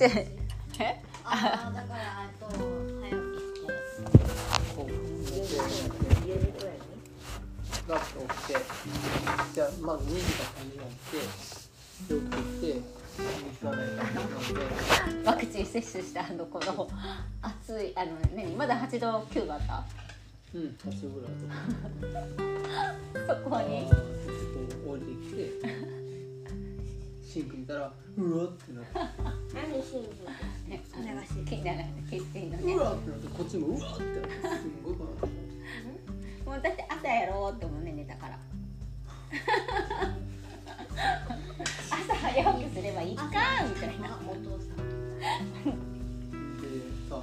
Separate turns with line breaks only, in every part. して
え
あーだからあと早く来て
こう寝て
家出くらいに
ガッと起きてじゃあまず2時から3時間起きてよく行って水洗いから飲んで
ワクチン接種したあのこの暑いあの何まだ8度9分あった
うん8時ぐらいとか
そこに
こう降りてきてシンク見たらうわってなって
何しに
ねあの
流し
き流しキッチンのね
うわってなってこっちもうわってなってすんごいこうなって
もうだって朝やろうって思うね寝た から朝早くすればいいかみたいな
お父さん
でさ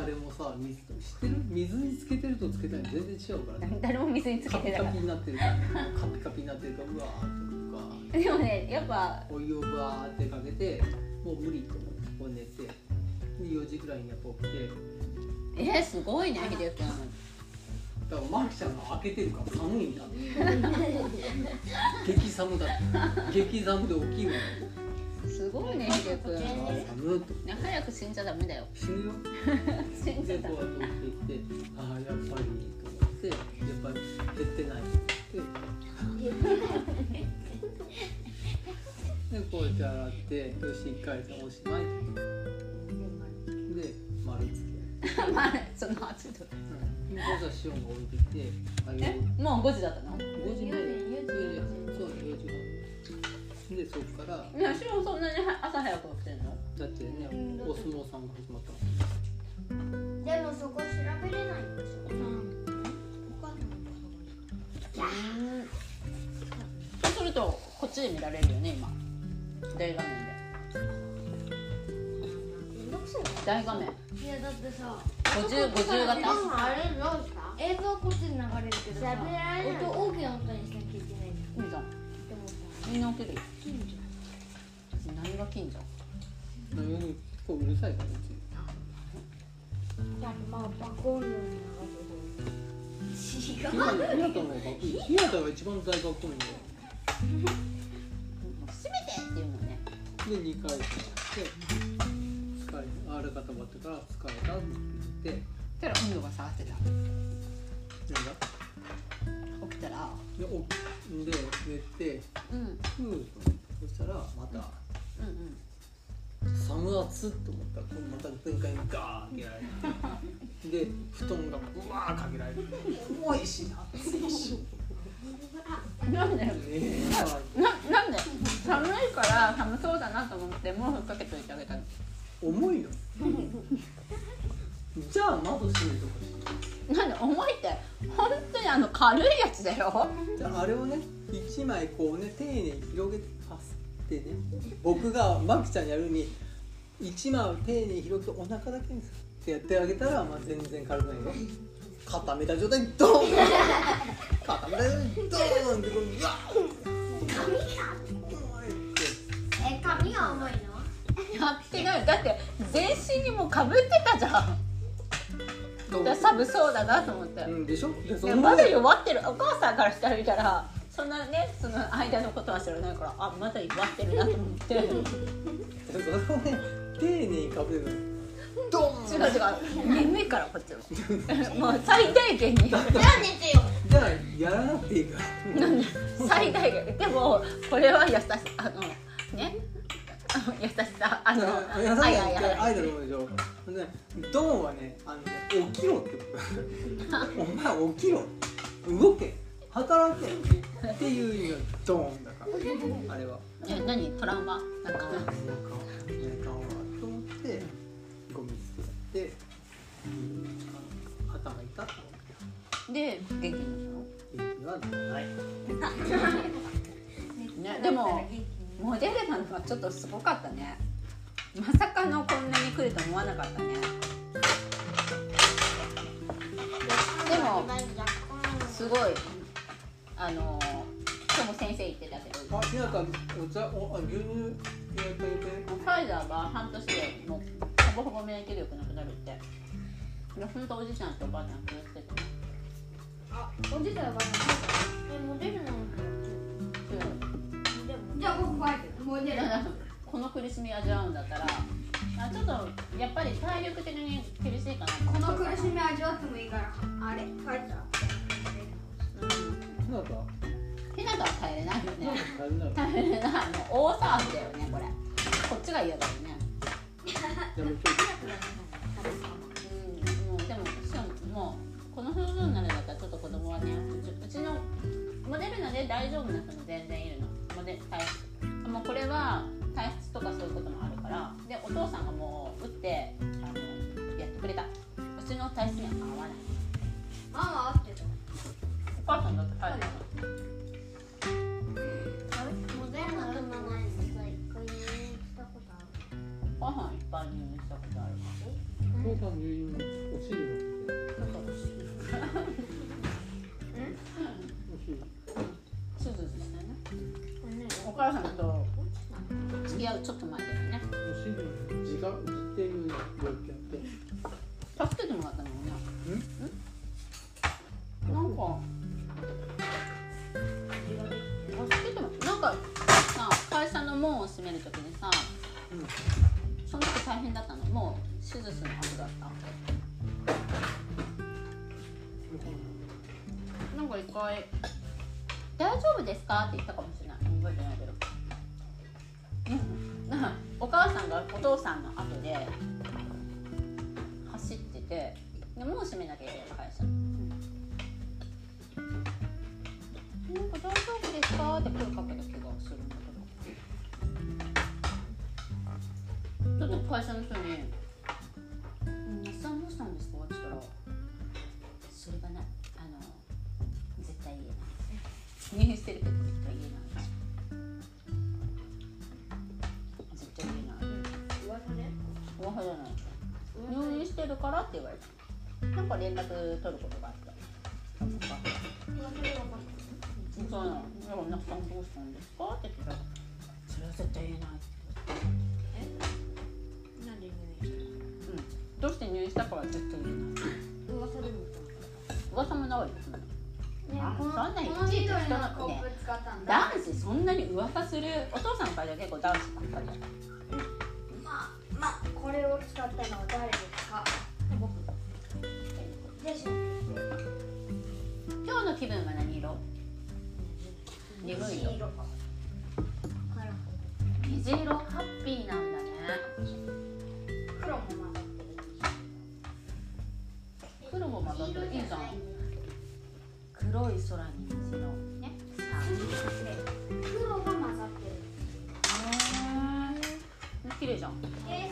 誰もさ水知ってる水につけてるとつけたいの全然違うからね
誰も水につけ
カ
てな
ピカ
かっ
ピになってるからカピカピになってるからうわーとか
たでもねやっぱ
お湯をバーってかけてもう無理と思ってこう寝てで4時くらいにやっぱ起きて
えー、すごいね秀樹君
だからマキちゃんが開けてるから寒いんだって激寒だって激寒で起きるんだって
すごいね秀樹
え
君
あー寒いと
早く死んじゃダメだよ
死ぬよ
死んじゃ
で
ダ
こ
メ
うやって起きていってああやっぱりと思ってやっぱり減ってないと思ってでこうやって洗ってよし1回戦おしまいで丸つ け
まあその8度
うんでじゃあシオンが置いてきてあげ
え
る
もう5時だったの
5時前4時そう4時半でそこから
いやしろそんなに朝早く起きてんの
だってねお相撲さんが始まった
でもそこ調べれないんでしょお母さん
そうするとこっちで見られるよね今大画面で
めんどくさいか
大画面
らいやだってさ
50 50
でも
型
あれどうした
映像こっちで流れるけどさ
喋られない
音大きな音にしなきゃいけないじ
いいじゃん
ゃんでもさ
みんな起きるよ
近所
何が近所
何よりこううるさいからうち
だってまあ爆音量に流れる
ひなたの方がひなたが一番大学校にい
閉めてっていうのね
るで2回戦して疲れあれ固まってから疲れたって言って
そしたら温度が下がってた
なんだ
起きたら
でおで寝て
うんうん
ふーっとそしたらまた
うん
寒熱っと思ったら今度また全開にガーッ開けられるで布団がうわーかけられる重いしな暑いしね
なんで
え
ななんで寒いから寒そうだなと思って毛布かけといてあげたの
重いのじゃあ窓閉めとかして
なんで重いって本当にあの軽いやつだ よ
じゃああれをね一枚こうね丁寧に広げてかすってね僕がマキちゃんやるに一枚を丁寧に広げてお腹だけにすってやってあげたら、まあ、全然軽くないよ固めた状態にドーン固めた状態にドーンってこううわ
え髪が重いの
やってないだって全身にもうかぶってたじゃん
ーどう
だから寒そうだなと思って
うんでしょでそ
いやまだ弱ってるお母さんからしたら見たらそんなねその間のことは知らないからあまだ弱ってるなと思って違う違う
それをね丁寧にかぶるのドーン
眠いからこっちは もう最大限に
じゃあ寝てよ
じゃあやらなくていいから
最大限でもこれは優しあのねあの優しさあの
あや
あ
さないい
やいや
アイドルのでしょほんでドンはねあのね起きろ ってことお前起きろ動け働けっていう意味のドンだからあれは
え何トラウマなんか
なんかなんかと思ってゴミ捨ててあの頭痛っと思って
で元気になっ
元気はない
たのねでもモデルなのはちょっとすごかったねまさかのこんなに来ると思わなかったねでもすごいあの今日も先生言ってたけど
あひなたお茶おあ牛乳やってあ
ファイザーは半年でもうほぼほぼ免疫力なくなるっていや本当おじいちゃんとおばあちゃん気をつけてね
おじいちゃんはまだ
えモデルなの
うん
じゃあ僕ファイトモデ
い
ル
やこの苦しみ味わうんだったら、まあ、ちょっとやっぱり体力的に厳しいかな
この苦しみ味わってもいいからあれ帰っちゃう
うん
ひなたは
ひなたは耐えれないよね
大変だよ
耐えれないもう大騒ぎだよねこれこっちが嫌だよね
でも今日
うんもうでもしかももうこの表情になるんだったらちょっと子供はねうちうちのモデルナで大丈夫な人も全然いるのモデ体質もうこれは体質とかそういうこともあるからでお父さんがもう打ってあのやってくれたうちの体質には合わない
ママ合ってる
お母さんだって体質
あれモデルナとママにさ一回入院したことある
お母さんいっぱい入院したことある
お父さん入院お尻が
手
お尻
術したね
これね
お母さんと
落ちた
付き合うちょっと前だよね
お尻の自我っていうの病気あって
助けてもらったのもんね
ん
なんか助けてもなんかさ会社の門を閉める時にさ
うん
その時大変だったのもう手術の後だったなんか一回「大丈夫ですか?」って言ったかもしれない覚えてないけどうんなんかお母さんがお父さんの後で走っててでもう閉めなきゃいけない会社なんか大丈夫ですかって声かけた気がするんだけど。ちょっと会社の人に「うん那須さんどうしたんですか?」って言ったら「それがないあの絶対言えない」入院してるけど絶対言えない絶対言えない
噂ね
噂じゃない入院してるからって言われたなんか連絡取ることがあった
噂で分かっ
そうなの。だから、那須さんどうしたんですかって聞いたら、それは絶対言えないって
たなんで入院し
言われて。うん。どうして入院したかは絶対言えない。
た噂でも
噂もないですね。
ね
あ
この
そんなに
この緑のコップ使ったんだ
男子そんなに噂する。お父さんの会社結構男子ばっかりだった。
まあまあこれを使ったのは誰ですか
僕。
でしょ
今日の気分は何色？鈍い
黄
よ。
色カラ
虹色ハッピーなんだね。
フル黒も混ざってる
黒も混ざってるいいじゃん。黒い空に虹色。ね。さ
黒が混ざってる
あ。へえ。綺麗じゃん。
え